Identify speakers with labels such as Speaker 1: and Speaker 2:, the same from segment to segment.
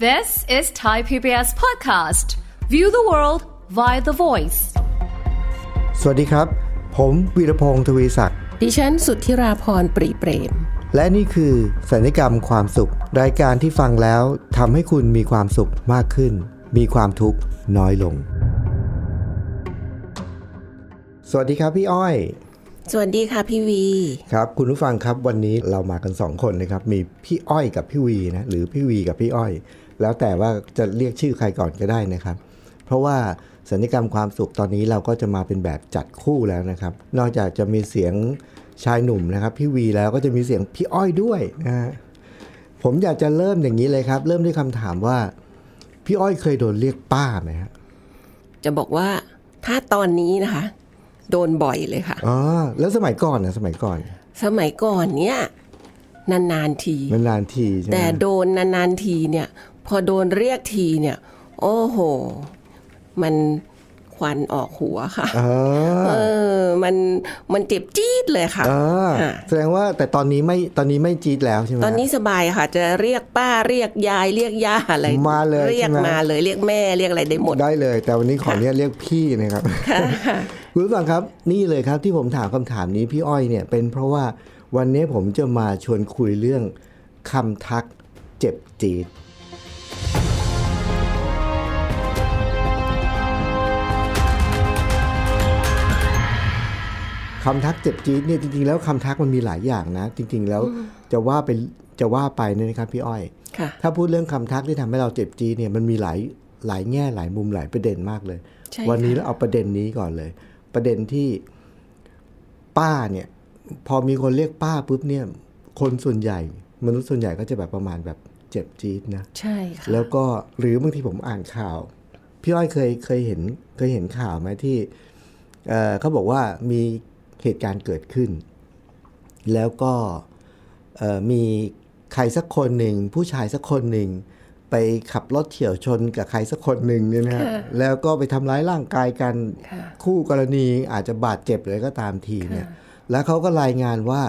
Speaker 1: This is Thai PBS Podcast. View the world via the voice.
Speaker 2: สวัสดีครับ ผมวีรพงศ์ทวีศักดิ์
Speaker 3: ดิฉันสุทธิราพรปรีเปรม
Speaker 2: และนี่คือสัญญกรรมความสุข รายการที่ฟังแล้วทำให้คุณมีความสุขมากขึ้น มีความทุกข์น้อยลง สวัสดีครับพี่อ้อย
Speaker 3: สวัสดีค่ะพี่วี
Speaker 2: ครับคุณผู้ฟังครับวันนี้เรามากัน 2 คนนะครับ มีพี่อ้อยกับพี่วีนะหรือพี่วีกับพี่อ้อย แล้วแต่ว่าจะเรียกชื่อใครก่อนก็ได้นะครับ เพราะว่าสัญญกรรมความสุขตอนนี้เราก็จะมาเป็นแบบจัดคู่แล้วนะครับ นอกจากจะมีเสียงชายหนุ่มนะครับ พี่วีแล้วก็จะมีเสียงพี่อ้อยด้วยนะฮะผมอยากจะเริ่มอย่างนี้เลยครับ เริ่มด้วยคำถามว่า พี่อ้อยเคยโดนเรียกป้าไหมฮะ
Speaker 3: จะบอกว่าถ้าตอนนี้นะคะ โดนบ่อยเลยค่ะ
Speaker 2: อ๋อแล้วสมัยก่อนนะสมัยก่อน
Speaker 3: สมัยก่อนเนี่ยนานๆที
Speaker 2: นานๆทีใช่ไหม
Speaker 3: แต่โดนนานๆทีเนี่ย พอโดนเรียกทีเนี่ย โอ้โห มันควันออกหัวค่ะ
Speaker 2: เออ
Speaker 3: เออ มันมันเจ็บจี๊ดเลยค่ะ
Speaker 2: อ่า
Speaker 3: อ่า
Speaker 2: แสดงว่าแต่ตอนนี้ไม่ตอนนี้ไม่จี๊ดแล้วใช่ไหม
Speaker 3: ตอนนี้สบายค่ะ จะเรียกป้าเรียกยายเรียกย่าอะไร
Speaker 2: มาเลย
Speaker 3: เรียก
Speaker 2: ใช่ไหม
Speaker 3: มาเลยเรียกแม่เรียกอะไรได้หมด
Speaker 2: ได้เลย แต่วันนี้ขอเนี่ยเรียกพี่นะครับ คุณผู้ฟังครับนี่เลยครับที่ผมถามคำถามนี้พี่อ้อยเนี่ยเป็นเพราะว่าวันนี้ผมจะมาชวนคุยเรื่องคำทักเจ็บจี๊ดคำทักเจ็บจี๊ดเนี่ยจริงๆแล้วคำทักมันมีหลายอย่างนะ จริง ๆ แล้วจะว่าไปจะว่าไปเนี่ยนะครับพี่อ้อย
Speaker 3: ค่ะ
Speaker 2: ถ้าพูดเรื่องคำทักที่ทำให้เราเจ็บจีดเนี่ยมันมีหลายหลายแง่หลายมุมหลายประเด็นมากเลย
Speaker 3: ใช่ค่ะ
Speaker 2: วันี้เราเอาประเด็นนี้ก่อนเลย ประเด็นที่ป้าเนี่ย พอมีคนเรียกป้าปุ๊บเนี่ย คนส่วนใหญ่ มนุษย์ส่วนใหญ่ก็จะแบบประมาณแบบเจ็บจี๊ดนะ
Speaker 3: ใช่ค่ะ
Speaker 2: แล้วก็หรือบางทีผมอ่านข่าว พี่อ้อยเคยเคยเห็นเคยเห็นข่าวไหมที่เอ่อเขาบอกว่ามีเหตุการณ์เกิดขึ้น แล้วก็เอ่อมีใครสักคนหนึ่ง ผู้ชายสักคนหนึ่ง ไปขับรถเฉี่ยวชนกับใครสักคนหนึ่งเนี่ยนะฮะ
Speaker 3: ค่ะ
Speaker 2: แล้วก็ไปทำร้ายร่างกายกัน
Speaker 3: ค่ะ
Speaker 2: คู่กรณีอาจจะบาดเจ็บเลยก็ตามทีเนี่ย แล้วเขาก็รายงานว่า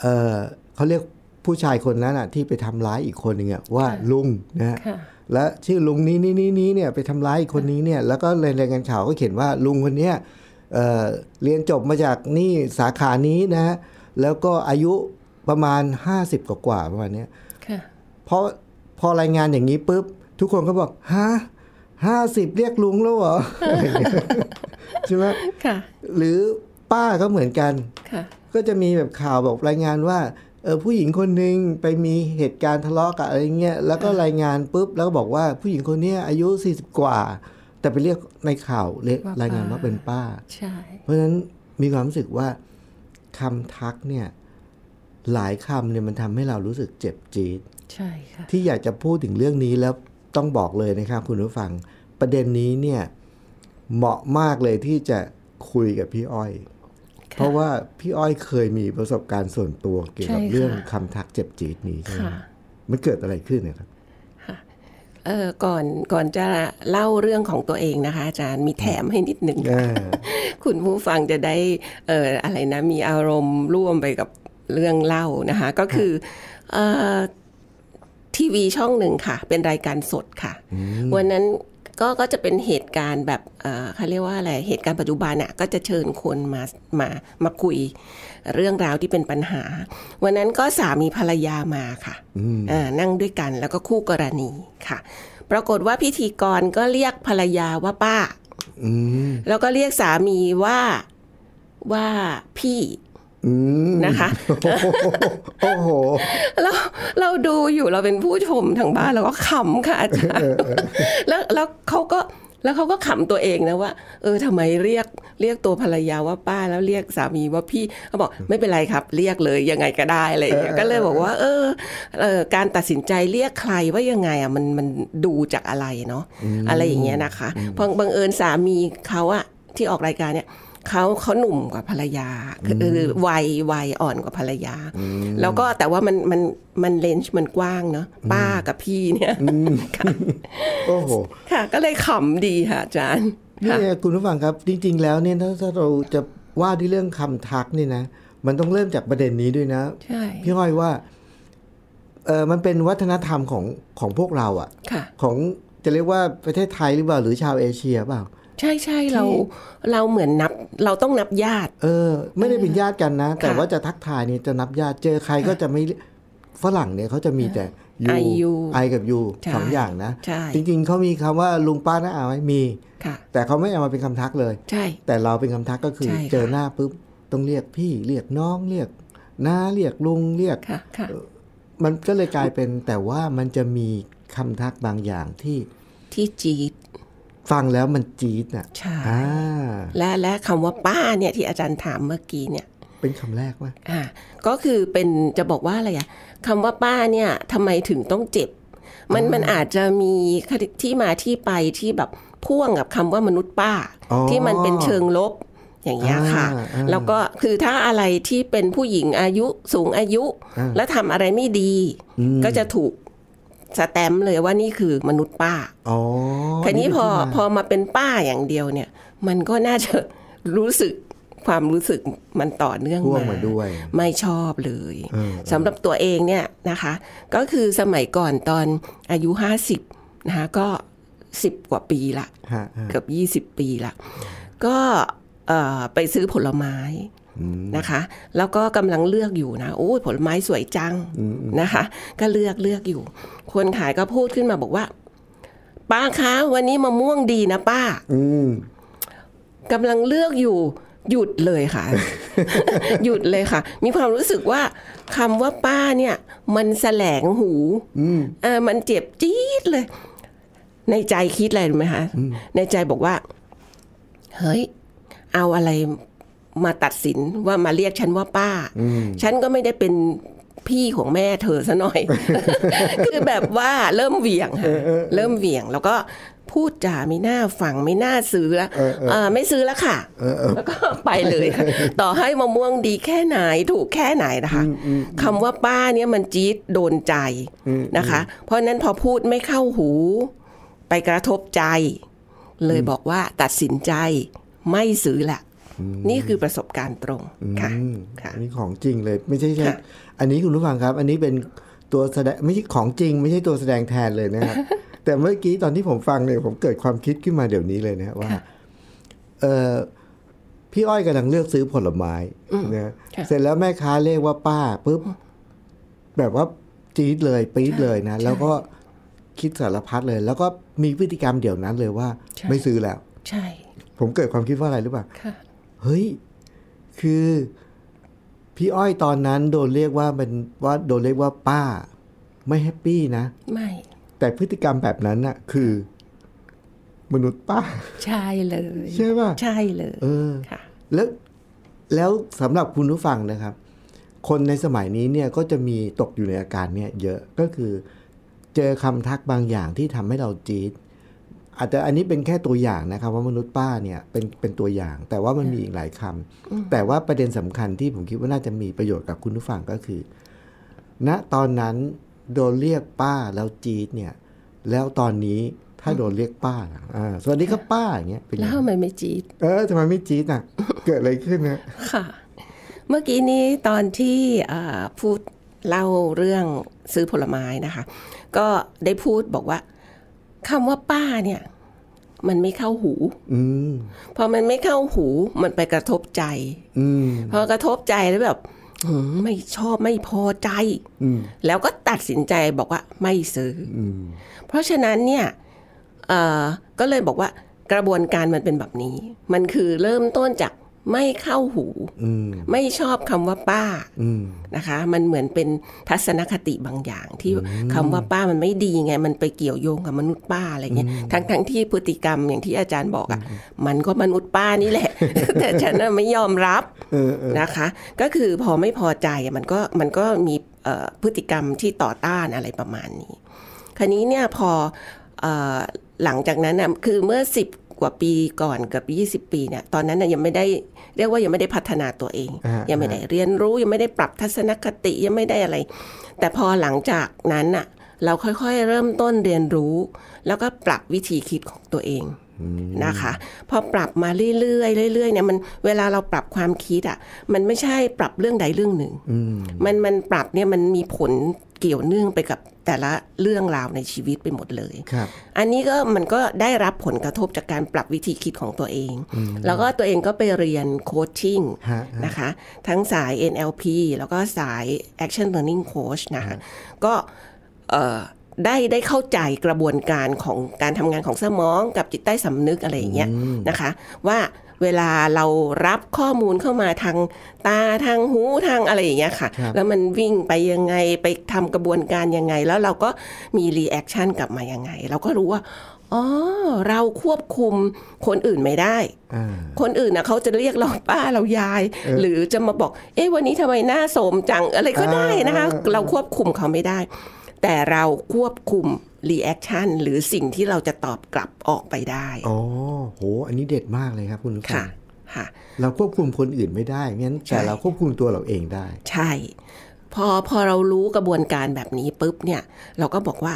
Speaker 2: เอ่อเขาเรียกผู้ชายคนนั้นอ่ะที่ไปทำร้ายอีกคนหนึ่งอ่ะว่าลุงนะฮะ
Speaker 3: ค่ะ
Speaker 2: และชื่อลุงนี้นี้นี้นี้เนี่ยไปทำร้ายอีกคนนี้เนี่ยแล้วก็เลยรายงานข่าวก็เขียนว่าลุงคนเนี้ยเอ่อเรียนจบมาจากนี่สาขานี้นะฮะแล้วก็อายุประมาณ 50 กว่ากว่าๆประมาณเนี้ย
Speaker 3: ค่ะ
Speaker 2: เพราะพอรายงานอย่างนี้ปุ๊บ ทุกคนก็บอกฮะห้าสิบเรียกลุงแล้วเหรอ อะไรอย่างเงี้ยใช่ไหม
Speaker 3: ค่ะ
Speaker 2: หรือป้าก็เหมือนกัน
Speaker 3: ค่ะ
Speaker 2: ก็จะมีแบบข่าวบอกรายงานว่าเออผู้หญิงคนหนึ่งไปมีเหตุการณ์ทะเลาะกับอะไรเงี้ยแล้วก็รายงานปุ๊บแล้วก็บอกว่าผู้หญิงคนเนี้ยอายุ 40 กว่า แต่ไปเรียกในข่าวเรียก
Speaker 3: ว่าป้าร
Speaker 2: รายงานว่าเป็นป้า
Speaker 3: ใช่
Speaker 2: เพราะฉะนั้นมีความรู้สึกว่าคำทักเนี่ยหลายคำเนี่ยมันทำให้เรารู้สึกเจ็บจี๊ด
Speaker 3: ใช่ค่ะ
Speaker 2: ที่อยากจะพูดถึงเรื่องนี้แล้วต้องบอกเลยนะครับคุณผู้ฟัง ประเด็นนี้เนี่ยเหมาะมากเลยที่จะคุยกับพี่อ้อย
Speaker 3: ค่ะ
Speaker 2: เพราะว่าพี่อ้อยเคยมีประสบการณ์ส่วนตัวเกี่ยวกับ
Speaker 3: ใช่ค่ะ
Speaker 2: เรื่องคำทักเจ็บจี๊ดนี้ใช่ไหม
Speaker 3: ค่ะ
Speaker 2: ครับมันเกิดอะไรขึ้นเนะครับ
Speaker 3: เออก่อนก่อนจะเล่าเรื่องของตัวเองนะคะ อาจารย์มีแถมให้นิดหนึ่ง
Speaker 2: อ่า
Speaker 3: คุณผู้ฟังจะได้เอออะไรนะ มีอารมณ์ร่วมไปกับเรื่องเล่านะคะ ก็คือเออทีวีช่องหนึ่งค่ะ เป็นรายการสดค่ะ วันนั้นก็ก็จะเป็นเหตุการณ์แบบเอ่อเขาเรียกว่าอะไรเหตุการณ์ปัจจุบันน่ะก็จะเชิญคนมามามาคุย เรื่องราวที่เป็นปัญหา วันนั้นก็สามีภรรยามาค่ะอ่านั่งด้วยกันแล้วก็คู่กรณีค่ะ ปรากฏว่าพิธีกรก็เรียกภรรยาว่าป้า
Speaker 2: อืม
Speaker 3: แล้วก็เรียกสามีว่าว่าพี่
Speaker 2: อืม
Speaker 3: นะคะ
Speaker 2: โอ้โหโอ้โห
Speaker 3: เราเราดูอยู่เราเป็นผู้ชมทางบ้านเราก็ขำค่ะอาจารย์ แล้วแล้วเขาก็แล้วเขาก็ขำตัวเองนะว่า เออทำไมเรียกเรียกตัวภรรยาว่าป้าแล้วเรียกสามีว่าพี่เขาบอกไม่เป็นไรครับ เรียกเลยยังไงก็ได้อะไรอย่างเงี้ยก็เลยบอกว่า เออเออการตัดสินใจเรียกใครว่ายังไงอ่ะมันมันดูจากอะไรเนาะอะไรอย่างเงี้ยนะคะเพราะบังเอิญสามีเขาอะที่ออกรายการเนี่ยเขาเขาหนุ่มกว่าภรรยาคือคือวัยวัยอ่อนกว่าภรรยา แล้วก็แต่ว่ามันมันมันเลนส์มันกว้างเนาะป้ากับพี่เนี่ยค่ะ
Speaker 2: โอ้โห
Speaker 3: ค่ะก็เลยขำดีค่ะอาจารย์
Speaker 2: นี่
Speaker 3: ค่ะ
Speaker 2: ไงคุณผู้ฟังครับ จริง ๆ แล้วเนี่ยถ้าถ้าเราจะว่าด้วยเรื่องคำทักนี่นะ มันต้องเริ่มจากประเด็นนี้ด้วยนะ
Speaker 3: ใช่
Speaker 2: พี่อ้อยว่า เออมันเป็นวัฒนธรรมของของพวกเราอะ
Speaker 3: ค่ะ
Speaker 2: ของจะเรียกว่าประเทศไทยหรือเปล่าหรือชาวเอเชียเปล่า
Speaker 3: ใช่ใช่เราเราเหมือนนับเราต้องนับญาติ
Speaker 2: เออ ไม่ได้เป็นญาติกันนะ แต่
Speaker 3: ค่ะ
Speaker 2: ว่าจะทักทายนี่จะนับญาติเจอใครก็จะไม่ฝรั่งเนี่ยเขาจะมีแต่
Speaker 3: I you
Speaker 2: ไอกับยู
Speaker 3: ใช่
Speaker 2: สองอย่างนะ
Speaker 3: ใช่
Speaker 2: จริงๆเขามีคำว่าลุงป้าน้าอาไหมมี
Speaker 3: ค่ะ
Speaker 2: แต่เขาไม่เอามาเป็นคำทักเลย
Speaker 3: ใช่
Speaker 2: แต่เราเป็นคำทักก็คือ
Speaker 3: ใช่ค่ะ
Speaker 2: เจอหน้าปุ๊บต้องเรียกพี่เรียกน้องเรียกน้าเรียกลุงเรียก
Speaker 3: ค่ะค่ะ
Speaker 2: มันก็เลยกลายเป็นแต่ว่ามันจะมีคำทักบางอย่างที่
Speaker 3: ที่จีด
Speaker 2: ฟังแล้วมันจี๊ดน่ะ
Speaker 3: ใช่
Speaker 2: อ่า
Speaker 3: และและคำว่าป้าเนี่ยที่อาจารย์ถามเมื่อกี้เนี่ย
Speaker 2: เป็นคำแรกว่า
Speaker 3: อ่าก็คือเป็นจะบอกว่าอะไรอะคำว่าป้าเนี่ยทำไมถึงต้องเจ็บ มันมันอาจจะมีที่มาที่ไปที่แบบพ่วงกับคำว่ามนุษย์ป้า
Speaker 2: อ๋อ
Speaker 3: ที่มันเป็นเชิงลบอย่างเงี้ยค่ะ
Speaker 2: อ่าอ่า
Speaker 3: แล้วก็คือถ้าอะไรที่เป็นผู้หญิงอายุสูงอายุ
Speaker 2: อ่า
Speaker 3: แล้วทำอะไรไม่ดี
Speaker 2: อืม
Speaker 3: ก็จะถูกสแตมป์เลยว่านี่คือมนุษย์ป้า
Speaker 2: อ๋อ
Speaker 3: คราวนี้พอ
Speaker 2: เป็ที่มา
Speaker 3: พอมาเป็นป้าอย่างเดียวเนี่ย มันก็น่าจะ รู้สึกความรู้สึกมันต่อเนื่อง
Speaker 2: พ่วง
Speaker 3: มา
Speaker 2: มาด้วย
Speaker 3: ไม่ชอบเลย
Speaker 2: เออ
Speaker 3: สำหรับตัวเองเนี่ยนะคะ ก็คือสมัยก่อนตอนอายุ 50นะคะก็ 10 กว่าปีละ
Speaker 2: ฮะฮะ
Speaker 3: เกือบ 20 ปีละก็เอ่อไปซื้อผลไม้นะคะ แล้วก็กำลังเลือกอยู่นะโอ้ยผลไม้สวยจังนะคะ ก็เลือกเลือกอยู่ คนขายก็พูดขึ้นมาบอกว่า ป้าคะวันนี้มะม่วงดีนะป้า
Speaker 2: อืม
Speaker 3: กำลังเลือกอยู่ หยุดเลย ค่ะ หยุดเลยค่ะ มีความรู้สึกว่าคำว่าป้าเนี่ย มันแสลงหูเออมันเจ็บจี๊ดเลย ในใจคิดอะไรรู้ไหมคะ ในใจบอกว่า เฮ้ย เอาอะไรมาตัดสินว่ามาเรียกฉันว่าป้า ฉันก็ไม่ได้เป็นพี่ของแม่เธอซะหน่อย คือแบบว่าเริ่มเหวี่ยงค่ะเริ่มเหวี่ยง แล้วก็พูดจาไม่น่าฟังไม่น่าซื้อละ
Speaker 2: เออเออ
Speaker 3: เอ่อไม่ซื้อแล้วค่ะ แล้วก็ไป เลยค่ะ ต่อให้มะม่วงดีแค่ไหนถูกแค่ไหนนะคะคำว่าป้าเนี่ยมันจี๊ดโดนใจนะคะ เพราะฉะนั้นพอพูดไม่เข้าหู ไปกระทบใจ เลยบอกว่าตัดสินใจไม่ซื้อละ นี่คือประสบการณ์ตรงค่ะ
Speaker 2: อืม
Speaker 3: ค่ะ
Speaker 2: อันนี้ของจริงเลยไม่ใช่ใช่
Speaker 3: ค่ะ
Speaker 2: อันนี้คุณผู้ฟังครับ อันนี้เป็นตัวแสดงไม่ใช่ของจริง ไม่ใช่ตัวแสดงแทนเลย นะครับ แต่เมื่อกี้ตอนที่ผมฟังเนี่ยผมเกิดความคิดขึ้นมาเดี๋ยวนี้เลยนะว่าเออพี่อ้อยกำลังเลือกซื้อผลไม้นะ
Speaker 3: ค่ะ
Speaker 2: เสร็จแล้วแม่ค้าเรียกว่าป้าปุ๊บแบบว่าจี๊ดเลยปี๊ดเลยนะ แล้วก็คิดสารพัดเลย แล้วก็มีพฤติกรรมเดี๋ยวนั้นเลยว่า ไม่ซื้อแล้ว
Speaker 3: ใช่
Speaker 2: ผมเกิดความคิดว่าอะไรรู้ป่ะ
Speaker 3: ค่ะ
Speaker 2: เฮ้ย คือพี่อ้อยตอนนั้นโดนเรียกว่าเป็นว่าโดนเรียกว่าป้า ไม่แฮปปี้นะ
Speaker 3: ไม่
Speaker 2: แต่พฤติกรรมแบบนั้นน่ะ คือ มนุษย์ป้า
Speaker 3: ใช่เลย
Speaker 2: ใช่ป่ะ
Speaker 3: ใช่เลย
Speaker 2: เออ
Speaker 3: ค่ะ
Speaker 2: แล้วแล้วสำหรับคุณผู้ฟังนะครับ คนในสมัยนี้เนี่ยก็จะมีตกอยู่ในอาการเนี่ยเยอะก็คือ เจอคำทักบางอย่างที่ทำให้เราจี๊ดอาจจะอันนี้เป็นแค่ตัวอย่างนะครับว่ามนุษย์ป้าเนี่ยเป็นเป็นตัวอย่าง แต่ว่ามันมีอีกหลายคำแต่ว่าประเด็นสำคัญที่ผมคิดว่าน่าจะมีประโยชน์กับคุณผู้ฟังก็คือ ณตอนนั้นโดนเรียกป้าแล้วจี๊ดเนี่ย แล้วตอนนี้ถ้าโดนเรียกป้าล่ะอ่าสวัสดีครับป้าอย่างเงี้ยเป็นไง
Speaker 3: แล้วทำไมไม่จีด
Speaker 2: เออทำไมไม่จี๊ดอ่ะ เกิดอะไรขึ้นนะ
Speaker 3: ค่ะ เมื่อกี้นี้ตอนที่อ่าพูดเล่าเรื่องซื้อผลไม้นะคะ ก็ได้พูดบอกว่าคำว่าป้าเนี่ย มันไม่เข้าหู
Speaker 2: อืม
Speaker 3: พอมันไม่เข้าหูมันไปกระทบใจ
Speaker 2: อืม
Speaker 3: พอกระทบใจแล้วแบบหืมไม่ชอบไม่พอใจ แล้วก็ตัดสินใจบอกว่าไม่ซื้ออเพราะฉะนั้นเนี่ยเอ่อก็เลยบอกว่ากระบวนการมันเป็นแบบนี้ มันคือเริ่มต้นจากไม่เข้าหู
Speaker 2: อืม
Speaker 3: ไม่ชอบคำว่าป้า
Speaker 2: อืม
Speaker 3: นะคะ มันเหมือนเป็นทัศนคติบางอย่าง ที่คำว่าป้ามันไม่ดีไง มันไปเกี่ยวโยงกับมนุษย์ป้าอะไรเงี้ยทั้งทั้งที่พฤติกรรมอย่างที่อาจารย์บอกอ่ะมันก็มนุษย์ป้านี่แหละ แต่ฉันน่ะไม่ยอมรับ
Speaker 2: เออเออ
Speaker 3: นะคะ ก็คือพอไม่พอใจอะมันก็มันก็มีเอ่อพฤติกรรมที่ต่อต้านอะไรประมาณนี้ คราวนี้เนี่ยพอเอ่อหลังจากนั้นน่ะคือเมื่อ 10 กว่าปีก่อนเกับ 20 ปีเนี่ยตอนนั้นน่ะยังไม่ได้เรียกว่ายังไม่ได้พัฒนาตัวเอง
Speaker 2: อ่ายั
Speaker 3: ยังไม่ได้เรียนรู้ยังไม่ได้ปรับทัศนคติยังไม่ได้อะไร แต่พอหลังจากนั้นน่ะเราค่อยๆเริ่มต้นเรียนรู้ แล้วก็ปรับวิธีคิดของตัวเอง นะคะ พอปรับมาเรื่อยๆเรื่อยๆเนี่ยมันเวลาเราปรับความคิดอะ่ะมันไม่ใช่ปรับเรื่องใดเรื่องหนึ่ง
Speaker 2: อืม
Speaker 3: มันมันปรับเนี่ยมันมีผลเกี่ยวเนื่องไปกับแต่ละเรื่องราวในชีวิตไปหมดเลย
Speaker 2: ครับ
Speaker 3: อันนี้ก็มันก็ได้รับผลกระทบจากการปรับวิธีคิดของตัวเอง แล้วก็ตัวเองก็ไปเรียนโคชชิ่ง
Speaker 2: ฮะฮะ
Speaker 3: นะคะ ทั้งสาย NLP แล้วก็สาย Action Learning Coach นะคะก็เอ่อได้ได้เข้าใจกระบวนการของการทำงานของสมองกับจิตใต้สำนึกอะไรอย่างเงี้ยนะคะ ว่าเวลาเรารับข้อมูลเข้ามาทางตาทางหูทางอะไรอย่างเงี้ยค่ะ
Speaker 2: ครับ
Speaker 3: แล้วมันวิ่งไปยังไงไปทำกระบวนการยังไง แล้วเราก็มีรีแอคชั่นกลับมายังไง เราก็รู้ว่าอ๋อเราควบคุมคนอื่นไม่ได้
Speaker 2: อ่า
Speaker 3: คนอื่นนะเขาจะเรียกเราป้าเรายาย
Speaker 2: เออ
Speaker 3: หรือจะมาบอก เอ๊ะวันนี้ทำไมหน้าโสมจังอะไรก็ได้นะคะ
Speaker 2: อ่าอ่าอ่า
Speaker 3: เราควบคุมเขาไม่ได้ แต่เราควบคุมรีแอคชั่นหรือสิ่งที่เราจะตอบกลับออกไปได้
Speaker 2: อ๋อโห อันนี้เด็ดมากเลยครับคุณลูกค้า
Speaker 3: ค่ะค่ะ
Speaker 2: เราควบคุมคนอื่นไม่ได้งั้นแต่
Speaker 3: ใช่
Speaker 2: เราควบคุมตัวเราเองได้
Speaker 3: ใช่ พอพอเรารู้กระบวนการแบบนี้ปุ๊บเนี่ย เราก็บอกว่า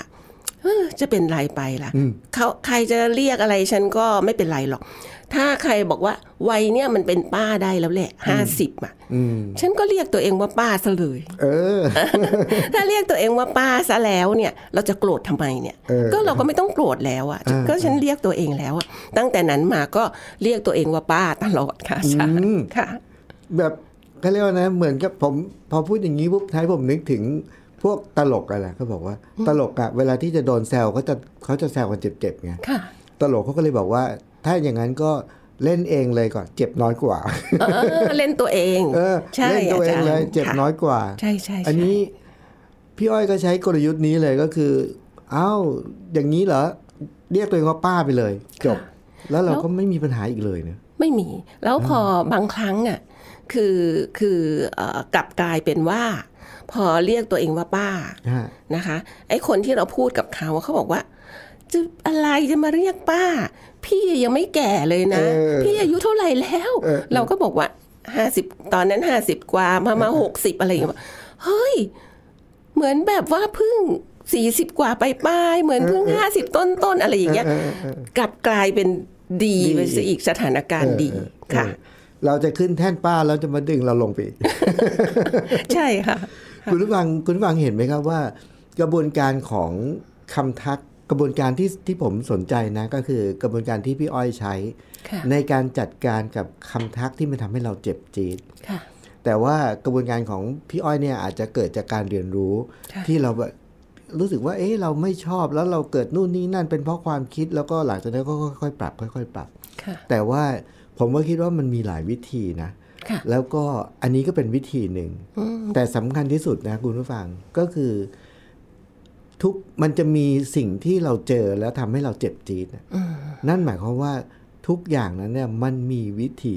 Speaker 3: เออจะเป็นไรไปล่ะ
Speaker 2: อืม
Speaker 3: เขาใครจะเรียกอะไรฉันก็ไม่เป็นไรหรอก ถ้าใครบอกว่าวัยเนี่ยมันเป็นป้าได้แล้วแหละห้าสิบอ่ะ
Speaker 2: อืม
Speaker 3: ฉันก็เรียกตัวเองว่าป้าซะเลย
Speaker 2: เออ
Speaker 3: ถ้าเรียกตัวเองว่าป้าซะแล้วเนี่ย เราจะโกรธทำไมเนี่ย
Speaker 2: เออ
Speaker 3: ก็เราก็ไม่ต้องโกรธแล้วอะ
Speaker 2: เออ
Speaker 3: ก็ฉันเรียกตัวเองแล้วอะตั้งแต่นั้นมาก็เรียกตัวเองว่าป้าตลอดค่ะใช่ค่ะ
Speaker 2: แบบเขาเรียกว่านะ เหมือนกับผมพอพูดอย่างนี้ปุ๊บท้ายผมนึกถึงพวกตลกอะไรเขาบอกว่า ตลกอะเวลาที่จะโดนแซวเขาจะเขาจะแซวกันเจ็บๆไง
Speaker 3: ค่ะ
Speaker 2: ตลกเขาก็เลยบอกว่า ถ้าอย่างนั้นก็เล่นเองเลยก่อนเจ็บน้อยกว่า
Speaker 3: เออเล่นตัวเอง
Speaker 2: เออ
Speaker 3: ใช่
Speaker 2: เล่นตัวเองเลย
Speaker 3: าจาร
Speaker 2: เจ็บน้อยกว่า
Speaker 3: ค่ะใช่ใช่ใช่
Speaker 2: อันนี้พี่อ้อยก็ใช้กลยุทธ์นี้เลยก็คือ เอ้าอย่างนี้เหรอ เรียกตัวเองว่าป้าไปเลย จบ แล้วเราก็ไม่มีปัญหาอีกเลยเนอะ
Speaker 3: ไม่มี แล้วพอบางครั้งอ่ะคือคือเอ่อกลับกลายเป็นว่า พอเรียกตัวเองว่าป้า
Speaker 2: ฮะ
Speaker 3: นะคะไอ้คนที่เราพูดกับเขาเขาบอกว่า จะอะไรจะมาเรียกป้า พี่ยังไม่แก่เลยนะ
Speaker 2: เออ
Speaker 3: พี่อายุเท่าไหร่แล้ว
Speaker 2: เออ
Speaker 3: เราก็บอกว่าห้าสิบตอนนั้นห้าสิบกว่ามามาหกสิบอะไรอย่างเงี้ยบอกเฮ้ย เหมือนแบบว่าเพิ่งสี่สิบกว่าไปปลายๆเหมือนเพิ่งห้าสิบต้นต้นๆอะไรอย่างเงี้ย
Speaker 2: เออเออเออก
Speaker 3: ลับกลายเป็นดีไปซะอีกสถานการณ์ดี
Speaker 2: เออเออ
Speaker 3: ค่ะ
Speaker 2: เออเราจะขึ้นแท่นป้าแล้วจะมาดึงเรา ลงไปอีก
Speaker 3: ใช่ค่ะ
Speaker 2: คุณผู้ฟังคุณผู้ฟังเห็นไหมครับว่า กระบวนการของคำทักกระบวนการที่ที่ผมสนใจนะก็คือกระบวนการที่พี่อ้อยใช้
Speaker 3: ค่ะ
Speaker 2: ในการจัดการกับคำทักที่มันทำให้เราเจ็บจี๊ด
Speaker 3: ค่ะ
Speaker 2: แต่ว่ากระบวนการของพี่อ้อยเนี่ยอาจจะเกิดจากการเรียนรู้
Speaker 3: ค่ะ
Speaker 2: ที่เราแบบรู้สึกว่าเอ๊ะเราไม่ชอบแล้วเราเกิดนู่นนี่นั่นเป็นเพราะความคิดแล้วก็หลังจากนั้นก็ค่อยๆปรับ ค่อย ๆ ปรับ
Speaker 3: ค่ะ
Speaker 2: แต่ว่าผมก็คิดว่ามันมีหลายวิธีนะ
Speaker 3: ค่ะ
Speaker 2: แล้วก็อันนี้ก็เป็นวิธีหนึ่ง แต่สำคัญที่สุดนะคุณผู้ฟังก็คือ ทุกมันจะมีสิ่งที่เราเจอแล้วทำให้เราเจ็บจี๊ดนะนั่นหมายความว่าทุกอย่างนั้นเนี่ยมันมีวิธี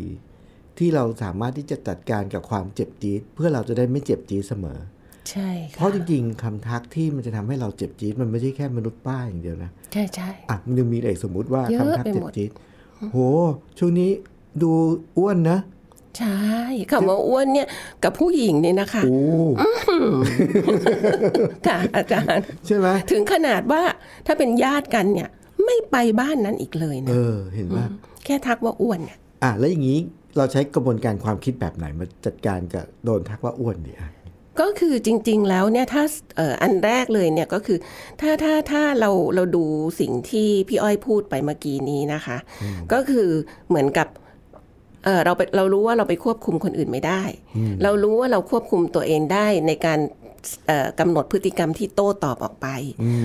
Speaker 2: ที่เราสามารถที่จะจัดการกับความเจ็บจี๊ดเพื่อเราจะได้ไม่เจ็บจี๊ดเสมอ
Speaker 3: ใช่
Speaker 2: เพราะจริงๆคำทักที่มันจะทำให้เราเจ็บจี๊ดมันไม่ใช่แค่มนุษย์ป้าอย่างเดียวนะ
Speaker 3: ใช่ใช่
Speaker 2: อ่ะมันยังมีอะไรอีกสมมุติว่า
Speaker 3: เยอะ
Speaker 2: คำทัก
Speaker 3: ไปห
Speaker 2: เจ็บ
Speaker 3: มด
Speaker 2: จี๊ดโห ช่วงนี้ดูอ้วนนะ
Speaker 3: ใช่คำว่าอ้วนเนี่ยกับผู้หญิงเนี่ยนะคะ
Speaker 2: โอ้
Speaker 3: ค่ะอาจารย์
Speaker 2: ใช่ไหม
Speaker 3: ถึงขนาดว่าถ้าเป็นญาติกันเนี่ย ไม่ไปบ้านนั้นอีกเลย
Speaker 2: เอ
Speaker 3: นะ
Speaker 2: อ เห็นว่า
Speaker 3: แค่ทักว่าอ้วนเนี่ย
Speaker 2: อ่ะ แล้วอย่างนี้เราใช้กระบวนการความคิดแบบไหนมาจัดการกับโดนทักว่าอ้วนดีอ่ะ
Speaker 3: ก็คือจริง ๆ แล้วเนี่ยถ้าเอ่ออันแรกเลยเนี่ยก็คือถ้าถ้าถ้าเราเราดูสิ่งที่พี่อ้อยพูดไปเมื่อกี้นี้นะคะ ก็คือเหมือนกับเอ่อเราไปเรารู้ว่าเราไปควบคุมคนอื่นไม่ได้ เรารู้ว่าเราควบคุมตัวเองได้ในการเอ่อกำหนดพฤติกรรมที่โต้ตอบออกไป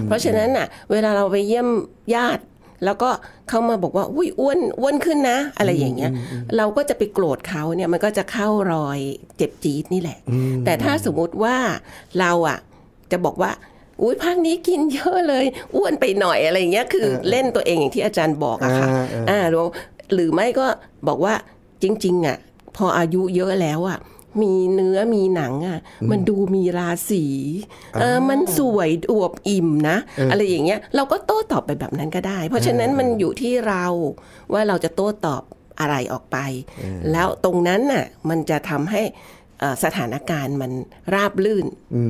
Speaker 3: เพราะฉะนั้นน่ะเวลาเราไปเยี่ยมญาติ แล้วก็เขามาบอกว่าอุ้ยอ้วนอ้วนขึ้นนะ อะไรอย่างเงี้ยเราก็จะไปโกรธเขาเนี่ยมันก็จะเข้ารอยเจ็บจี๊ดนี่แหละ แต่ถ้าสมมุติว่าเราอ่ะจะบอกว่าอุ้ยภาคนี้กินเยอะเลยอ้วนไปหน่อยอะไรอย่างเงี้ยคือเล่นตัวเองอย่างที่อาจารย์บอกอะค่ะ
Speaker 2: อ่าอ่า
Speaker 3: อ่าหรือหรือไม่ก็บอกว่าจริง ๆอ่ะพออายุเยอะแล้วอ่ะมีเนื้อมีหนังอ่ะมันดูมีราศีเออมันสวยอวบอิ่มนะ อะไรอย่างเงี้ยเราก็โต้ตอบไปแบบนั้นก็ได้ เพราะฉะนั้นมันอยู่ที่เราว่าเราจะโต้ตอบอะไรออกไป แล้วตรงนั้นน่ะมันจะทำให้เอ่อสถานการณ์มันราบลื่น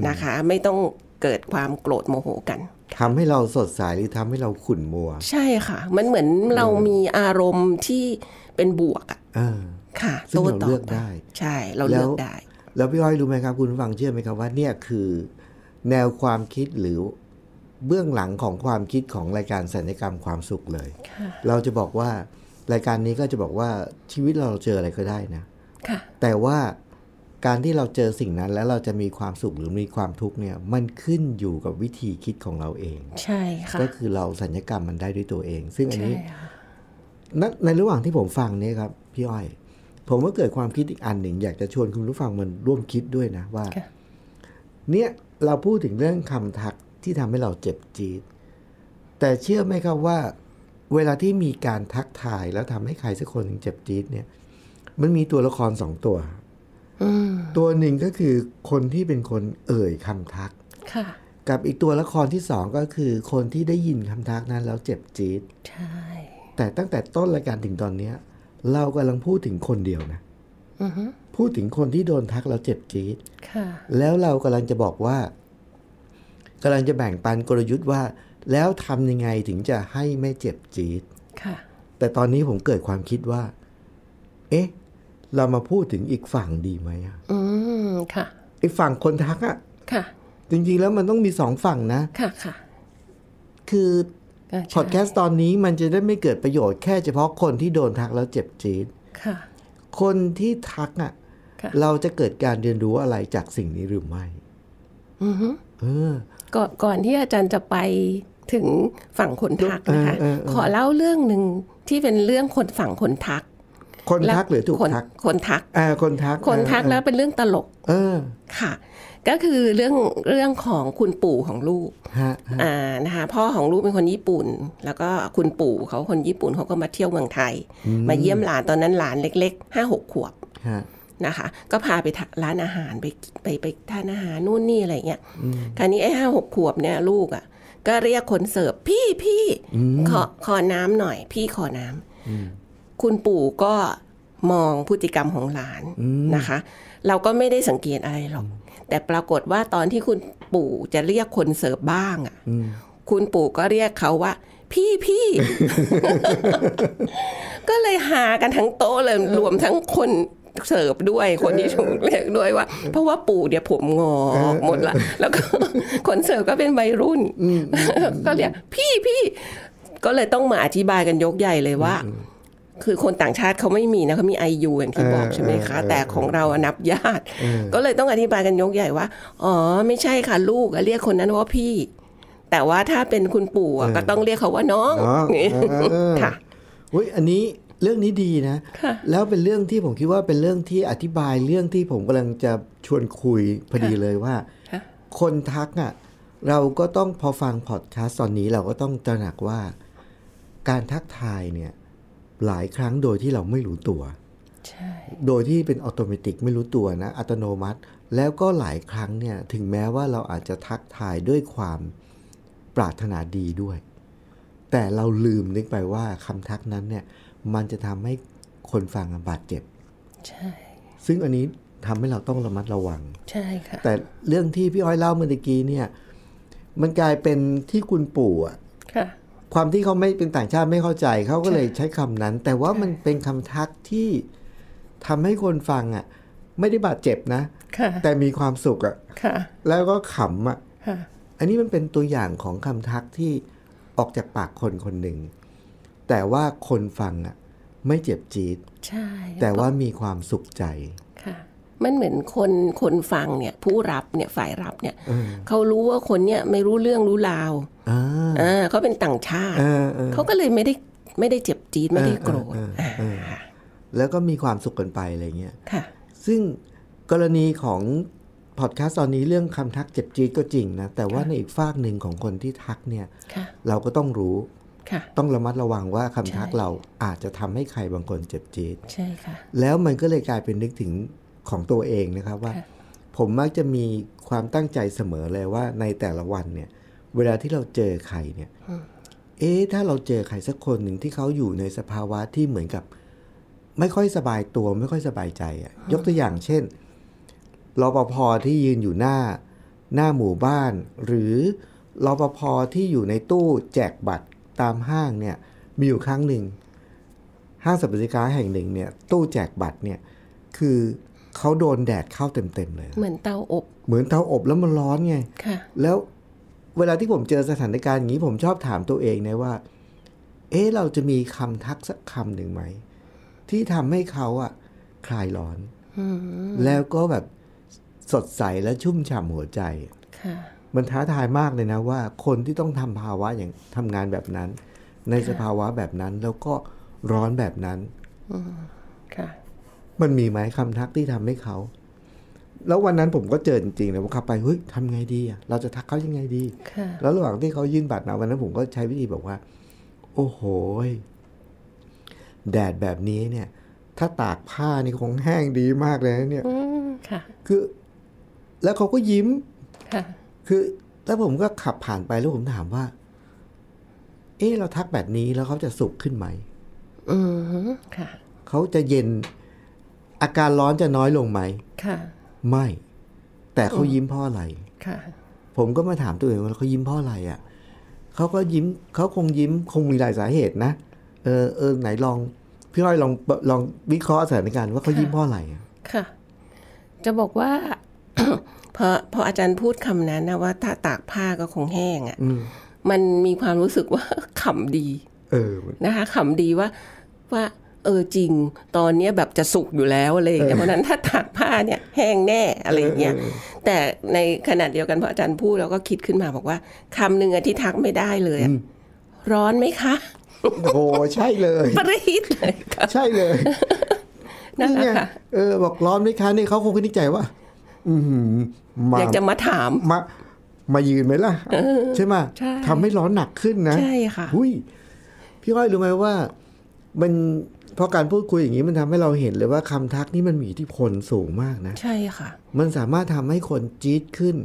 Speaker 3: นะคะ ไม่ต้องเกิดความโกรธโมโหกัน
Speaker 2: ทำให้เราสดใสหรือทำให้เราขุ่นมัว
Speaker 3: ใช่ค่ะ มันเหมือนเรามีอารมณ์ที่เป็นบวกอะ
Speaker 2: อ่า
Speaker 3: ค่ะ
Speaker 2: ซึ่งเรา
Speaker 3: โต้ตบ
Speaker 2: เลือกได้
Speaker 3: ใช่ เราเลือกได้
Speaker 2: แล้วพี่อ้อยรู้ไหมครับคุณผู้ฟังเชื่อไหมครับว่าเนี่ยคือแนวความคิดหรือเบื้องหลังของความคิดของรายการสัญญกรรมความสุขเลย เราจะบอกว่ารายการนี้ก็จะบอกว่าชีวิตเราเจออะไรก็ได้นะ
Speaker 3: ค่ะ
Speaker 2: แต่ว่าการที่เราเจอสิ่งนั้นแล้วเราจะมีความสุขหรือมีความทุกข์เนี่ยมันขึ้นอยู่กับวิธีคิดของเราเอง
Speaker 3: ใช่ค่ะ
Speaker 2: ก็คือเราสัญญกรรมมันได้ด้วยตัวเอง ซึ่งอัน
Speaker 3: ใช่
Speaker 2: นี้
Speaker 3: ค่ะ
Speaker 2: ณในระหว่างที่ผมฟังเนี่ยครับพี่อ้อย ผมก็เกิดความคิดอีกอันหนึ่ง อยากจะชวนคุณผู้ฟังมันร่วมคิดด้วยนะว่า
Speaker 3: ค่ะ
Speaker 2: เนี่ยเราพูดถึงเรื่องคำทักที่ทำให้เราเจ็บจี๊ดแต่เชื่อไหมครับว่า เวลาที่มีการทักทายแล้วทำให้ใครสักคนถึงเจ็บจี๊ดเนี่ย มันมีตัวละครสองตัว
Speaker 3: อืม
Speaker 2: ตัวหนึ่งก็คือคนที่เป็นคนเอ่ยคำทัก
Speaker 3: ค่ะ
Speaker 2: กับอีกตัวละครที่สองก็คือคนที่ได้ยินคำทักนั้นแล้วเจ็บจี๊ด
Speaker 3: ใช่
Speaker 2: แต่ตั้งแต่ต้นรายการถึงตอนเนี้ย เรากำลังพูดถึงคนเดียวนะ
Speaker 3: อือฮึ
Speaker 2: พูดถึงคนที่โดนทักแล้วเจ็บจี๊ด
Speaker 3: ค่ะ
Speaker 2: แล้วเรากำลังจะบอกว่ากำลังจะแบ่งปันกลยุทธ์ว่า แล้วทำยังไงถึงจะให้ไม่เจ็บจี๊ด
Speaker 3: ค่ะ
Speaker 2: แต่ตอนนี้ผมเกิดความคิดว่า เอ๊ะ เรามาพูดถึงอีกฝั่งดีไหมอะ
Speaker 3: อืมค่ะ
Speaker 2: ไอ้ฝั่งคนทักอะ
Speaker 3: ค่ะ
Speaker 2: จริงๆแล้วมันต้องมีสองฝั่งนะ
Speaker 3: ค่ะ ค่ะ
Speaker 2: คือ
Speaker 3: อ่าใช่
Speaker 2: พอดแคสต์ตอนนี้มันจะได้ไม่เกิดประโยชน์แค่เฉพาะคนที่โดนทักแล้วเจ็บจี๊ด
Speaker 3: ค่ะ
Speaker 2: คนที่ทักอ่ะ
Speaker 3: ค่ะ
Speaker 2: เราจะเกิดการเรียนรู้อะไรจากสิ่งนี้หรือไม่
Speaker 3: อือฮึ
Speaker 2: เออ
Speaker 3: ก่อนก่อนที่อาจารย์จะไปถึงฝั่งคนทักนะคะ
Speaker 2: เออเออเออ
Speaker 3: ขอเล่าเรื่องหนึ่งที่เป็นเรื่องคนฝั่งคนทัก
Speaker 2: คน
Speaker 3: และ
Speaker 2: ทักหรือถูก
Speaker 3: คน
Speaker 2: ทัก
Speaker 3: คนทัก
Speaker 2: อ่าคนทัก
Speaker 3: คนทัก
Speaker 2: เออ
Speaker 3: แล้วเป็นเรื่องตลก
Speaker 2: เออ
Speaker 3: ค่ะ ก็คือเรื่องเรื่องของคุณปู่ของลูก
Speaker 2: ฮะฮะ
Speaker 3: อ่านะคะพ่อของลูกเป็นคนญี่ปุ่น แล้วก็คุณปู่เขาคนญี่ปุ่นเขาก็มาเที่ยวเมืองไทย มาเยี่ยมหลานตอนนั้นหลานเล็กๆห้าหกขวบ
Speaker 2: ฮะ
Speaker 3: นะคะ ก็พาไปทะร้านอาหารไปกินไปไปทานอาหารนู่นนี่อะไรเงี้ยคราวนี้ไอ้ห้าหกขวบเนี่ยลูกอะ่ะ ก็เรียกคนเสิร์ฟพี่พี่
Speaker 2: อืม
Speaker 3: ขอขอน้ำหน่อย พี่ขอน้ำคุณปู่ก็มองพฤติกรรมของหลานนะคะ เราก็ไม่ได้สังเกตอะไรหรอก แต่ปรากฏว่าตอนที่คุณปู่จะเรียกคนเสิร์ฟบ้างอะ่ะคุณปู่ก็เรียกเขาว่า พี่พี่ ก็เลยหากันทั้งโต๊ะเลยรวมทั้งคนเสิร์ฟด้วยคนที่ถูกเรียกด้วยว่า เพราะว่าปู่เดี๋ยวผมงอออกหมดละแล้วก็ คนเสิร์ฟก็เป็นวัยรุ่นก็เรียกพี่พี่ก็เลยต้องมาอธิบายกันยกใหญ่เลยว่า คือคนต่างชาติเขาไม่มีนะเขามีไอยูอย่างที่บอกใช่ไหมคะ แต่ของเราอะนับญาติ ก็เลยต้องอธิบายกันยกใหญ่ว่า อ๋อ ไม่ใช่ค่ะลูกอะเรียกคนนั้นว่าพี่ แต่ว่าถ้าเป็นคุณปู่อะก็ต้องเรียกเขาว่าน้อง
Speaker 2: น้อง
Speaker 3: นี่
Speaker 2: เออ
Speaker 3: ค่ะ
Speaker 2: เฮ้ยอันนี้เรื่องนี้ดีนะ
Speaker 3: ค่ะ
Speaker 2: แล้วเป็นเรื่องที่ผมคิดว่าเป็นเรื่องที่อธิบายเรื่องที่ผมกำลังจะชวนคุยพอดีเลยว่า
Speaker 3: ค่ะ
Speaker 2: คนทักอ่ะเราก็ต้องพอฟังพอดแคสต์ตอนนี้เราก็ต้องตระหนักว่า การทักทายเนี่ยหลายครั้งโดยที่เราไม่รู้ตัว
Speaker 3: ใช่
Speaker 2: โดยที่เป็นอัตโนมัติไม่รู้ตัวนะ อัตโนมัติ แล้วก็หลายครั้งเนี่ย ถึงแม้ว่าเราอาจจะทักทายด้วยความปรารถนาดีด้วย แต่เราลืมนึกไปว่าคำทักนั้นเนี่ย มันจะทำให้คนฟังบาดเจ็บ
Speaker 3: ใช่
Speaker 2: ซึ่งอันนี้ทำให้เราต้องระมัดระวัง
Speaker 3: ใช่ค่ะ
Speaker 2: แต่เรื่องที่พี่อ้อยเล่าเมื่อตะกี้เนี่ย มันกลายเป็นที่คุณปู่อะ
Speaker 3: ค่ะ
Speaker 2: ความที่เขาไม่เป็นต่างชาติไม่เข้าใจเขาก็เลยใช้คำนั้น แต่ว่ามันเป็นคำทักที่ทำให้คนฟังอ่ะ ไม่ได้บาดเจ็บนะ
Speaker 3: ค่ะ
Speaker 2: แต่มีความสุขอ่ะ
Speaker 3: ค่ะ
Speaker 2: แล้วก็ขำอ่ะ
Speaker 3: ค่ะ
Speaker 2: อันนี้มันเป็นตัวอย่างของคำทักที่ออกจากปากคนคนหนึ่ง แต่ว่าคนฟังอ่ะ ไม่เจ็บจี๊ด
Speaker 3: ใช่
Speaker 2: แต่ว่ามีความสุขใจ
Speaker 3: ค่ะ มันเหมือนคนคนฟังเนี่ย ผู้รับเนี่ยฝ่ายรับเนี่ย เขารู้ว่าคนเนี่ยไม่รู้เรื่องรู้ราว
Speaker 2: อ่า
Speaker 3: อ่าเขาเป็นต่างชาติ
Speaker 2: เออเออ
Speaker 3: เขาก็เลยไม่ได้ไม่ได้เจ็บจี๊ดไม่ได้โกรธ
Speaker 2: เออเออเออ
Speaker 3: ค่ะ
Speaker 2: แล้วก็มีความสุขกันไปอะไรเงี้ย
Speaker 3: ค่ะ
Speaker 2: ซึ่งกรณีของพอดแคสต์ตอนนี้เรื่องคำทักเจ็บจี๊ดก็จริงนะ แต่ว่าในอีกฝากหนึ่งของคนที่ทักเนี่ย
Speaker 3: ค่ะ
Speaker 2: เราก็ต้องรู้
Speaker 3: ค่ะ
Speaker 2: ต้องระมัดระวังว่าคำทัก
Speaker 3: ใช่
Speaker 2: เราอาจจะทำให้ใครบางคนเจ็บจี๊ด
Speaker 3: ใช่ค่ะ
Speaker 2: แล้วมันก็เลยกลายเป็นนึกถึงของตัวเองนะครับว่า
Speaker 3: ค่ะ
Speaker 2: ผมมักจะมีความตั้งใจเสมอเลยว่าในแต่ละวันเนี่ย เวลาที่เราเจอใครเนี่ย เอ๊ะถ้าเราเจอใครสักคนหนึ่งที่เขาอยู่ในสภาวะที่เหมือนกับ ไม่ค่อยสบายตัวไม่ค่อยสบายใจอะ่ะ ยกตัวอย่างเช่นรปภที่ยืนอยู่หน้า หน้าหมู่บ้าน หรือ รปภที่อยู่ในตู้แจกบัตรตามห้างเนี่ยมีอยู่ครั้งหนึ่ง ห้างสรรพสินค้าแห่งหนึ่งเนี่ยตู้แจกบัตรเนี่ยคือเขาโดนแดดเข้าเต็มๆเลย
Speaker 3: เหมือนเตาอบ
Speaker 2: เหมือนเตาอบแล้วมันร้อนไง
Speaker 3: ค่ะ
Speaker 2: แล้วเวลาที่ผมเจอสถานการณ์อย่างนี้ผมชอบถามตัวเองนะว่า เอ๊ะเราจะมีคำทักสักคำหนึ่งไหม ที่ทำให้เขาอะคลายร้อน
Speaker 3: อืม
Speaker 2: แล้วก็แบบสดใสและชุ่มฉ่ำหัวใจ
Speaker 3: ค่ะ
Speaker 2: มันท้าทายมากเลยนะว่า คนที่ต้องทำภาวะอย่างทำงานแบบนั้น ในสภาวะแบบนั้นแล้วก็ร้อนแบบนั้น
Speaker 3: ค่ะ
Speaker 2: มันมีไหมคำทักที่ทำให้เขา แล้ววันนั้นผมก็เจอจริงๆนะผมขับไปเฮ้ยทำไงดีอะเราจะทักเขายังไงดี
Speaker 3: ค่ะ
Speaker 2: แล้วระหว่างที่เขายื่นบัตรมาวันนั้นผมก็ใช้วิธีบอกว่า โอ้โหยแดดแบบนี้เนี่ย ถ้าตากผ้านี่คงแห้งดีมากเลยนะเนี่ย
Speaker 3: อืมค่ะ
Speaker 2: คือ แล้วเขาก็ยิ้ม
Speaker 3: ค่ะ
Speaker 2: คือแล้วผมก็ขับผ่านไปแล้วผมถามว่า เอ๊ะเราทักแบบนี้แล้วเขาจะสุขขึ้นไหม
Speaker 3: อืมค่ะ
Speaker 2: เขาจะเย็นอาการร้อนจะน้อยลงไหม
Speaker 3: ค่ะ
Speaker 2: ไม่ แต่เขายิ้มเพราะอะไร
Speaker 3: ค่ะ
Speaker 2: ผมก็มาถามตัวเองว่าเขายิ้มเพราะอะไรอะ่ะเขาก็ยิ้มเขาคงยิ้มคงมีหลายสาเหตุนะ เออเออไหนลองพี่อ้อยลองลองวิเคราะห์สถานการณ์ว่าเขายิ้มเพราะอะไรอะ
Speaker 3: ค่ะ จะบอกว่า พอพออาจารย์พูดคำนั้นนะว่าถ้าตากผ้าก็คงแห้งอะ่ะ
Speaker 2: อืม
Speaker 3: มันมีความรู้สึกว่า ขำดี
Speaker 2: เออ
Speaker 3: นะคะขำดีว่าว่า เออจริง ตอนเนี้ยแบบจะสุกอยู่แล้วอะไรอย่างเงี้ยเพราะฉะนั้นถ้าตากผ้าเนี่ยแห้งแน่อะไรอย่างเงี้ย
Speaker 2: เออเออ
Speaker 3: แต่ในขณะเดียวกันพออาจารย์พูดเราก็คิดขึ้นมาบอกว่าคำหนึ่งอะที่ทักไม่ได้เลยอะร้อนไหมคะ
Speaker 2: โอ้โหใช่เลย
Speaker 3: ปรีดเลยค่ะ
Speaker 2: ใช่เลย
Speaker 3: นั่นแห
Speaker 2: ไง
Speaker 3: ละค่ะ
Speaker 2: เออ บอกร้อนไหมคะนี่เขาคงคิดในใจว่า อือหือมา
Speaker 3: อยากจะมาถาม
Speaker 2: มามายืนไหมล่ะ ใช่ไหม
Speaker 3: ใช่
Speaker 2: ทำให้ร้อนหนักขึ้นนะ
Speaker 3: ใช่ค่ะ
Speaker 2: หุ้ยพี่อ้อยรู้ไหมว่า มันเพราะการพูดคุยอย่างนี้มันทำให้เราเห็นเลยว่าคำทักนี่มันมีอิทธิพลสูงมากนะ
Speaker 3: ใช่ค่ะ
Speaker 2: มันสามารถทำให้คนจี๊ดขึ้น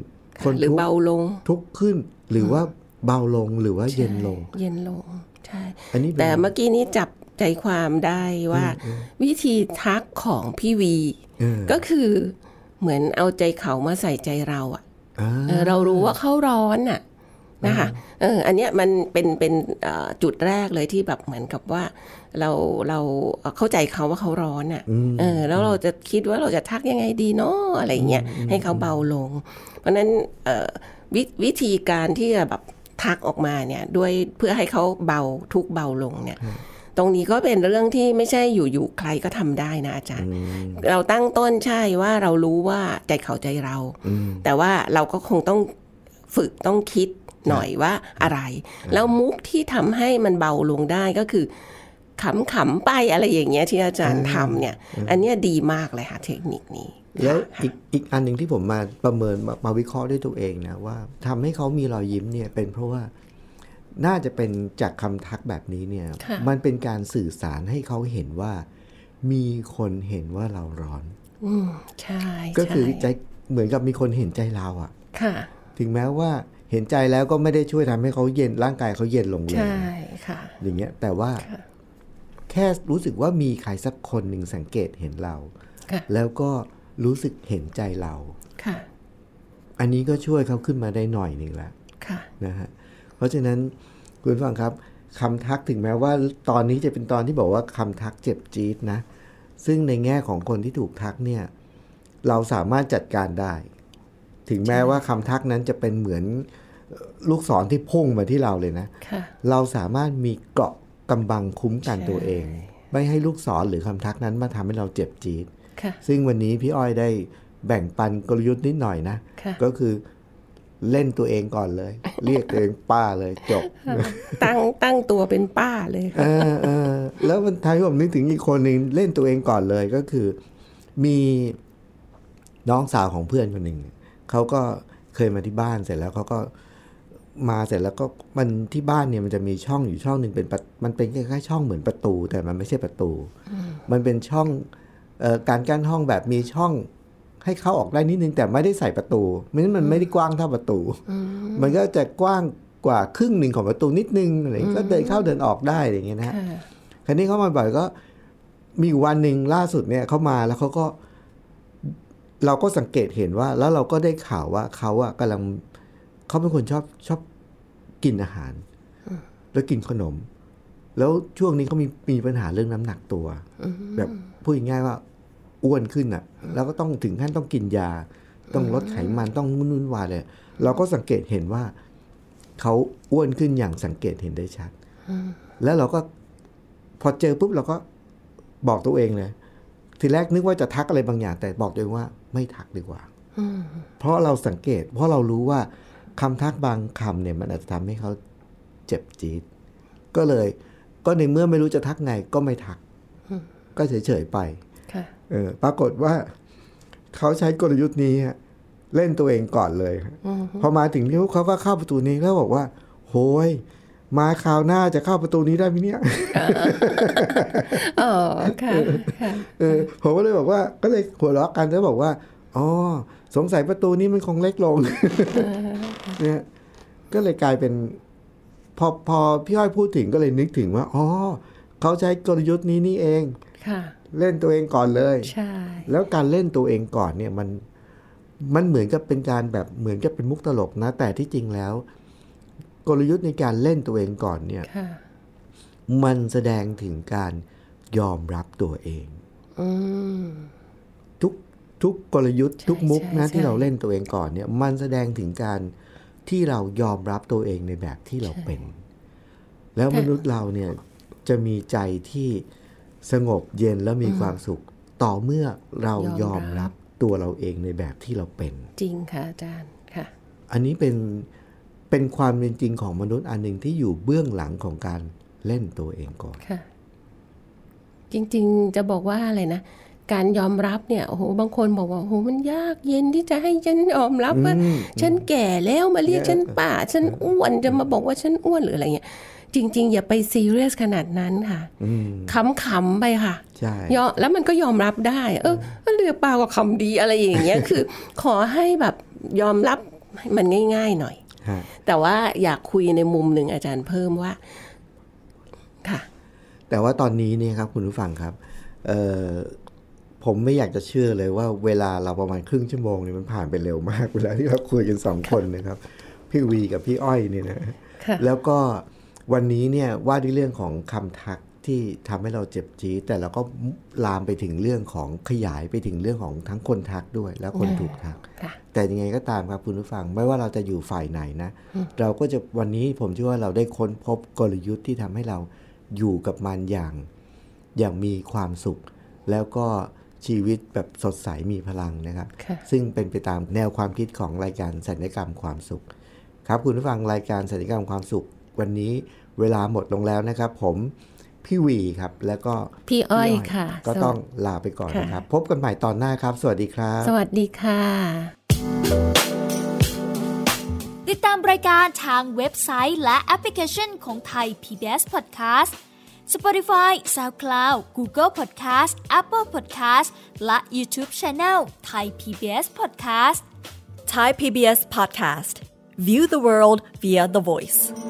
Speaker 2: คน
Speaker 3: หรือ
Speaker 2: ทุกข์
Speaker 3: เบาลง
Speaker 2: ทุกข์ขึ้น หรือว่าเบาลงหรือว่าเย็นลง
Speaker 3: ใช่เย็นลงใช่
Speaker 2: อันนี้เป็น
Speaker 3: แต่เมื่อกี้นี้จับใจความได้ว่า วิธีทักของพี่วี
Speaker 2: เออ
Speaker 3: ก็คือเหมือนเอาใจเขามาใส่ใจเราอะ
Speaker 2: อ่า
Speaker 3: เออเรารู้ว่าเขาร้อนอะนะคะเอออันเนี้ยมันเป็นเป็นเอ่อจุดแรกเลยที่แบบเหมือนกับว่า เราเราเข้าใจเขาว่าเขาร้อนอะเออแล้วเราจะคิดว่าเราจะทักยังไงดีเนาะอะไรเงี้ยให้เขาเบาลง เพราะฉะนั้นเอ่อววิธีการที่จะแบบ ทักออกมาเนี่ยด้วยเพื่อให้เขาเบาทุกข์เบาลงเนี่ย ตรงนี้ก็เป็นเรื่องที่ไม่ใช่อยู่ๆใครก็ทำได้นะอาจารย์ เราตั้งต้นใช่ว่าเรารู้ว่าใจเขาใจเรา แต่ว่าเราก็คงต้องฝึกต้องคิดหน่อยว่าอะไร แล้วมุกที่ทำให้มันเบาลงได้ก็คือขำๆไปอะไรอย่างเงี้ยที่อาจารย์ทำเนี่ย อันเนี้ยดีมากเลยค่ะเทคนิคนี้
Speaker 2: แล้ว
Speaker 3: ค่ะ
Speaker 2: อีกอีกอันหนึ่งที่ผมมาประเมินมามาวิเคราะห์ด้วยตัวเองนะว่าทำให้เขามีรอยยิ้มเนี่ยเป็นเพราะว่าน่าจะเป็นจากคำทักแบบนี้เนี่ย มันเป็นการสื่อสารให้เขาเห็นว่า มีคนเห็นว่าเราร้อน
Speaker 3: อืมใช่
Speaker 2: ก็คือใจ
Speaker 3: ใช่
Speaker 2: เหมือนกับมีคนเห็นใจเราอะ
Speaker 3: ค่ะ
Speaker 2: ถึงแม้ว่าเห็นใจแล้วก็ไม่ได้ช่วยทำให้เขาเย็นร่างกายเขาเย็นลงเลย
Speaker 3: ใช่ค่ะ
Speaker 2: อย่างเงี้ยแต่ว่า
Speaker 3: ค่ะ
Speaker 2: แค่รู้สึกว่ามีใครสักคนหนึ่งสังเกตเห็นเรา
Speaker 3: ค่ะ
Speaker 2: แล้วก็รู้สึกเห็นใจเรา
Speaker 3: ค่ะ
Speaker 2: อันนี้ก็ช่วยเขาขึ้นมาได้หน่อยหนึ่งละ
Speaker 3: ค่ะ
Speaker 2: นะฮะเพราะฉะนั้นคุณผู้ฟังครับคำทักถึงแม้ว่าตอนนี้จะเป็นตอนที่บอกว่าคำทักเจ็บจี๊ดนะ ซึ่งในแง่ของคนที่ถูกทักเนี่ย เราสามารถจัดการได้ ถึงแม้ว่าคำทักนั้นจะเป็นเหมือนเอ่อลูกศรที่พุ่งมาที่เราเลยนะ
Speaker 3: ค่ะ
Speaker 2: เราสามารถมีเกราะกำบังคุ้มกันตัวเอง ไม่ให้ลูกศรหรือคำทักนั้นมาทำให้เราเจ็บจี๊ด
Speaker 3: ค่ะ
Speaker 2: ซึ่งวันนี้พี่อ้อยได้แบ่งปันกลยุทธ์นิดหน่อยนะ
Speaker 3: ค่ะ
Speaker 2: ก็คือเล่นตัวเองก่อน เลย เรียกตัวเองป้าเลยจบ
Speaker 3: ตั้ง ตั้งตัวเป็นป้าเลย
Speaker 2: เอ
Speaker 3: ค่ะ
Speaker 2: อเออแล้วมันทายผมนึกถึงอีกคนหนึ่งเล่นตัวเองก่อนเลยก็คือ มีน้องสาวของเพื่อนคนหนึ่งเขาก็เคยมาที่บ้านเสร็จแล้วเขาก็มาเสร็จแล้วก็มันที่บ้านเนี่ยมันจะมีช่องอยู่ช่องหนึ่งเป็นประมันเป็นคล้ายๆช่องเหมือนประตู แต่มันไม่ใช่ประตู มันเป็นช่องเออการกั้นห้องแบบมีช่องให้เข้าออกได้นิดนึงแต่ไม่ได้ใส่ประตูไม่งั้นมันไม่ได้กว้างเท่าประตู มันก็จะกว้างกว่าครึ่งหนึ่งของประตูนิดนึงอะไรอย่างเงี้ยก็เดินเข้าเดินออกได้อะไรอย่างเงี้ยนะฮะ
Speaker 3: ค่ะ
Speaker 2: คราวนี้เขามาบ่อยก็มีอยู่วันหนึ่งล่าสุดเนี่ยเขามาแล้วเขาก็ เราก็สังเกตเห็นว่า แล้วเราก็ได้ข่าวว่าเขาอะกำลังเขาเป็นคนชอบชอบ กินอาหาร แล้วกินขนม แล้วช่วงนี้เขามีมีปัญหาเรื่องน้ำหนักตัว แบบพูดง่ายๆว่าอ้วนขึ้นอ่ะ แล้วก็ต้องถึงขั้นต้องกินยา ต้องลดไขมันต้องนุ่นๆวายเลย เราก็สังเกตเห็นว่า เขาอ้วนขึ้นอย่างสังเกตเห็นได้ชัด แล้วเราก็พอเจอปุ๊บเราก็บอกตัวเองเลย ทีแรกนึกว่าจะทักอะไรบางอย่าง แต่บอกตัวเองว่าไม่ทักดีกว่า เพราะเราสังเกต เพราะเรารู้ว่าคำทักบางคำเนี่ยมันอาจจะทำให้เขาเจ็บจี๊ดก็เลย ก็ในเมื่อไม่รู้จะทักไงก็ไม่ทัก ก็เฉยๆไป
Speaker 3: ค่ะ
Speaker 2: เออปรากฏว่าเขาใช้กลยุทธ์นี้ฮะเล่นตัวเองก่อนเลยฮะพอมาถึงที่ปุ๊บเขาก็เข้าประตูนี้แล้วบอกว่า โหย มาคราวหน้าจะเข้าประตูนี้ได้ไหมเนี่ย
Speaker 3: อ๋อ ค่ะ ค่ะ
Speaker 2: เออผมก็เลยบอกว่าก็เลยหัวเราะกันแล้วบอกว่าอ๋อสงสัยประตูนี้มันคงเล็กลงเนี่ยก็เลยกลายเป็น พอพอพี่อ้อยพูดถึงก็เลยนึกถึงว่าอ๋อเขาใช้กลยุทธ์นี้นี่เอง
Speaker 3: ค่ะ
Speaker 2: เล่นตัวเองก่อนเลย
Speaker 3: ใช่
Speaker 2: แล้วการเล่นตัวเองก่อนเนี่ยมันมันเหมือนกับเป็นการแบบเหมือนกับเป็นมุกตลกนะ แต่ที่จริงแล้ว กลยุทธ์ในการเล่นตัวเองก่อนเนี่ย
Speaker 3: ค่ะ
Speaker 2: มันแสดงถึงการยอมรับตัวเอง
Speaker 3: อืม
Speaker 2: ทุกทุกกลยุทธ์ทุกมุกนะ
Speaker 3: ใช่
Speaker 2: ที่เรา
Speaker 3: ใช่
Speaker 2: เล่นตัวเองก่อนเนี่ย มันแสดงถึงการที่เรายอมรับตัวเองในแบบที่เราเป็น แล้วมนุษย์เราเนี่ยจะมีใจที่สงบเย็นและมีความสุข ต่อเมื่อเรายอมรับตัวเราเองในแบบที่เราเป็น
Speaker 3: จริงค่ะอาจารย์ ค่ะ
Speaker 2: อันนี้เป็นเป็นความเป็นจริงของมนุษย์อันหนึ่งที่อยู่เบื้องหลังของการเล่นตัวเองก่อน
Speaker 3: ค่ะ จริงๆจะบอกว่าอะไรนะ การยอมรับเนี่ยโอ้โหบางคนบอกว่าโอ้โหมันยากเย็นที่จะให้ฉันยอมรับว่า
Speaker 2: อืม
Speaker 3: ฉันแก่แล้วมาเรียกฉันป่า ฉันอ้วนจะมาบอกว่าฉันอ้วนหรืออะไรเงี้ยจริง ๆ อย่าไปซีเรียสขนาดนั้นค่ะ
Speaker 2: อืม
Speaker 3: ขำๆไปค่ะ
Speaker 2: ใช่
Speaker 3: ยอมแล้วมันก็ยอมรับได้ เออก็เรือเปล่ากับคำดีอะไรอย่างเงี้ย คือ ขอให้แบบยอมรับให้มันง่าย ๆ หน่อย
Speaker 2: ฮะ
Speaker 3: แต่ว่าอยากคุยในมุมหนึ่งอาจารย์เพิ่มว่า ค่ะ
Speaker 2: แต่ว่าตอนนี้เนี่ยครับคุณผู้ฟังครับเอ่อผมไม่อยากจะเชื่อเลยว่าเวลาเราประมาณครึ่งชั่วโมงเนี่ยมันผ่านไปเร็วมาก เวลาที่เราคุยกันสองคนนะครับ พี่วีกับพี่อ้อยเนี่ยนะ
Speaker 3: ค่ะ
Speaker 2: แล้วก็วันนี้เนี่ยว่าด้วยเรื่องของคำทักที่ทำให้เราเจ็บจี๊ดแต่เราก็ลามไปถึงเรื่องของขยายไปถึงเรื่องของทั้งคนทักด้วย และคนถูกทัก
Speaker 3: ค่ะ
Speaker 2: แต่ยังไงก็ตามครับคุณผู้ฟังไม่ว่าเราจะอยู่ฝ่ายไหนนะ เราก็จะวันนี้ผมเชื่อว่าเราได้ค้นพบกลยุทธ์ที่ทำให้เราอยู่กับมันอย่าง อย่างมีความสุข แล้วก็ชีวิตแบบสดใสมีพลังนะครับ
Speaker 3: ค่ะ
Speaker 2: ซึ่งเป็นไปตามแนวความคิดของรายการสัญญกรรมความสุข ครับคุณผู้ฟังรายการสัญญกรรมความสุข วันนี้เวลาหมดลงแล้วนะครับ ผมพี่วีครับ แล้วก็
Speaker 3: พี่อ้อยค่ะ
Speaker 2: ก็ต้องลาไปก่อนนะครับ พบกันใหม่ตอนหน้าครับ สวัสดีครับ
Speaker 3: สวัสดีค่ะ
Speaker 4: ติดตามรายการทางเว็บไซต์และแอปพลิเคชันของไทย PBS Podcast Spotify SoundCloud Google Podcast Apple Podcast และ YouTube Channel ไทย PBS Podcast
Speaker 5: Thai PBS Podcast. View the world via the voice.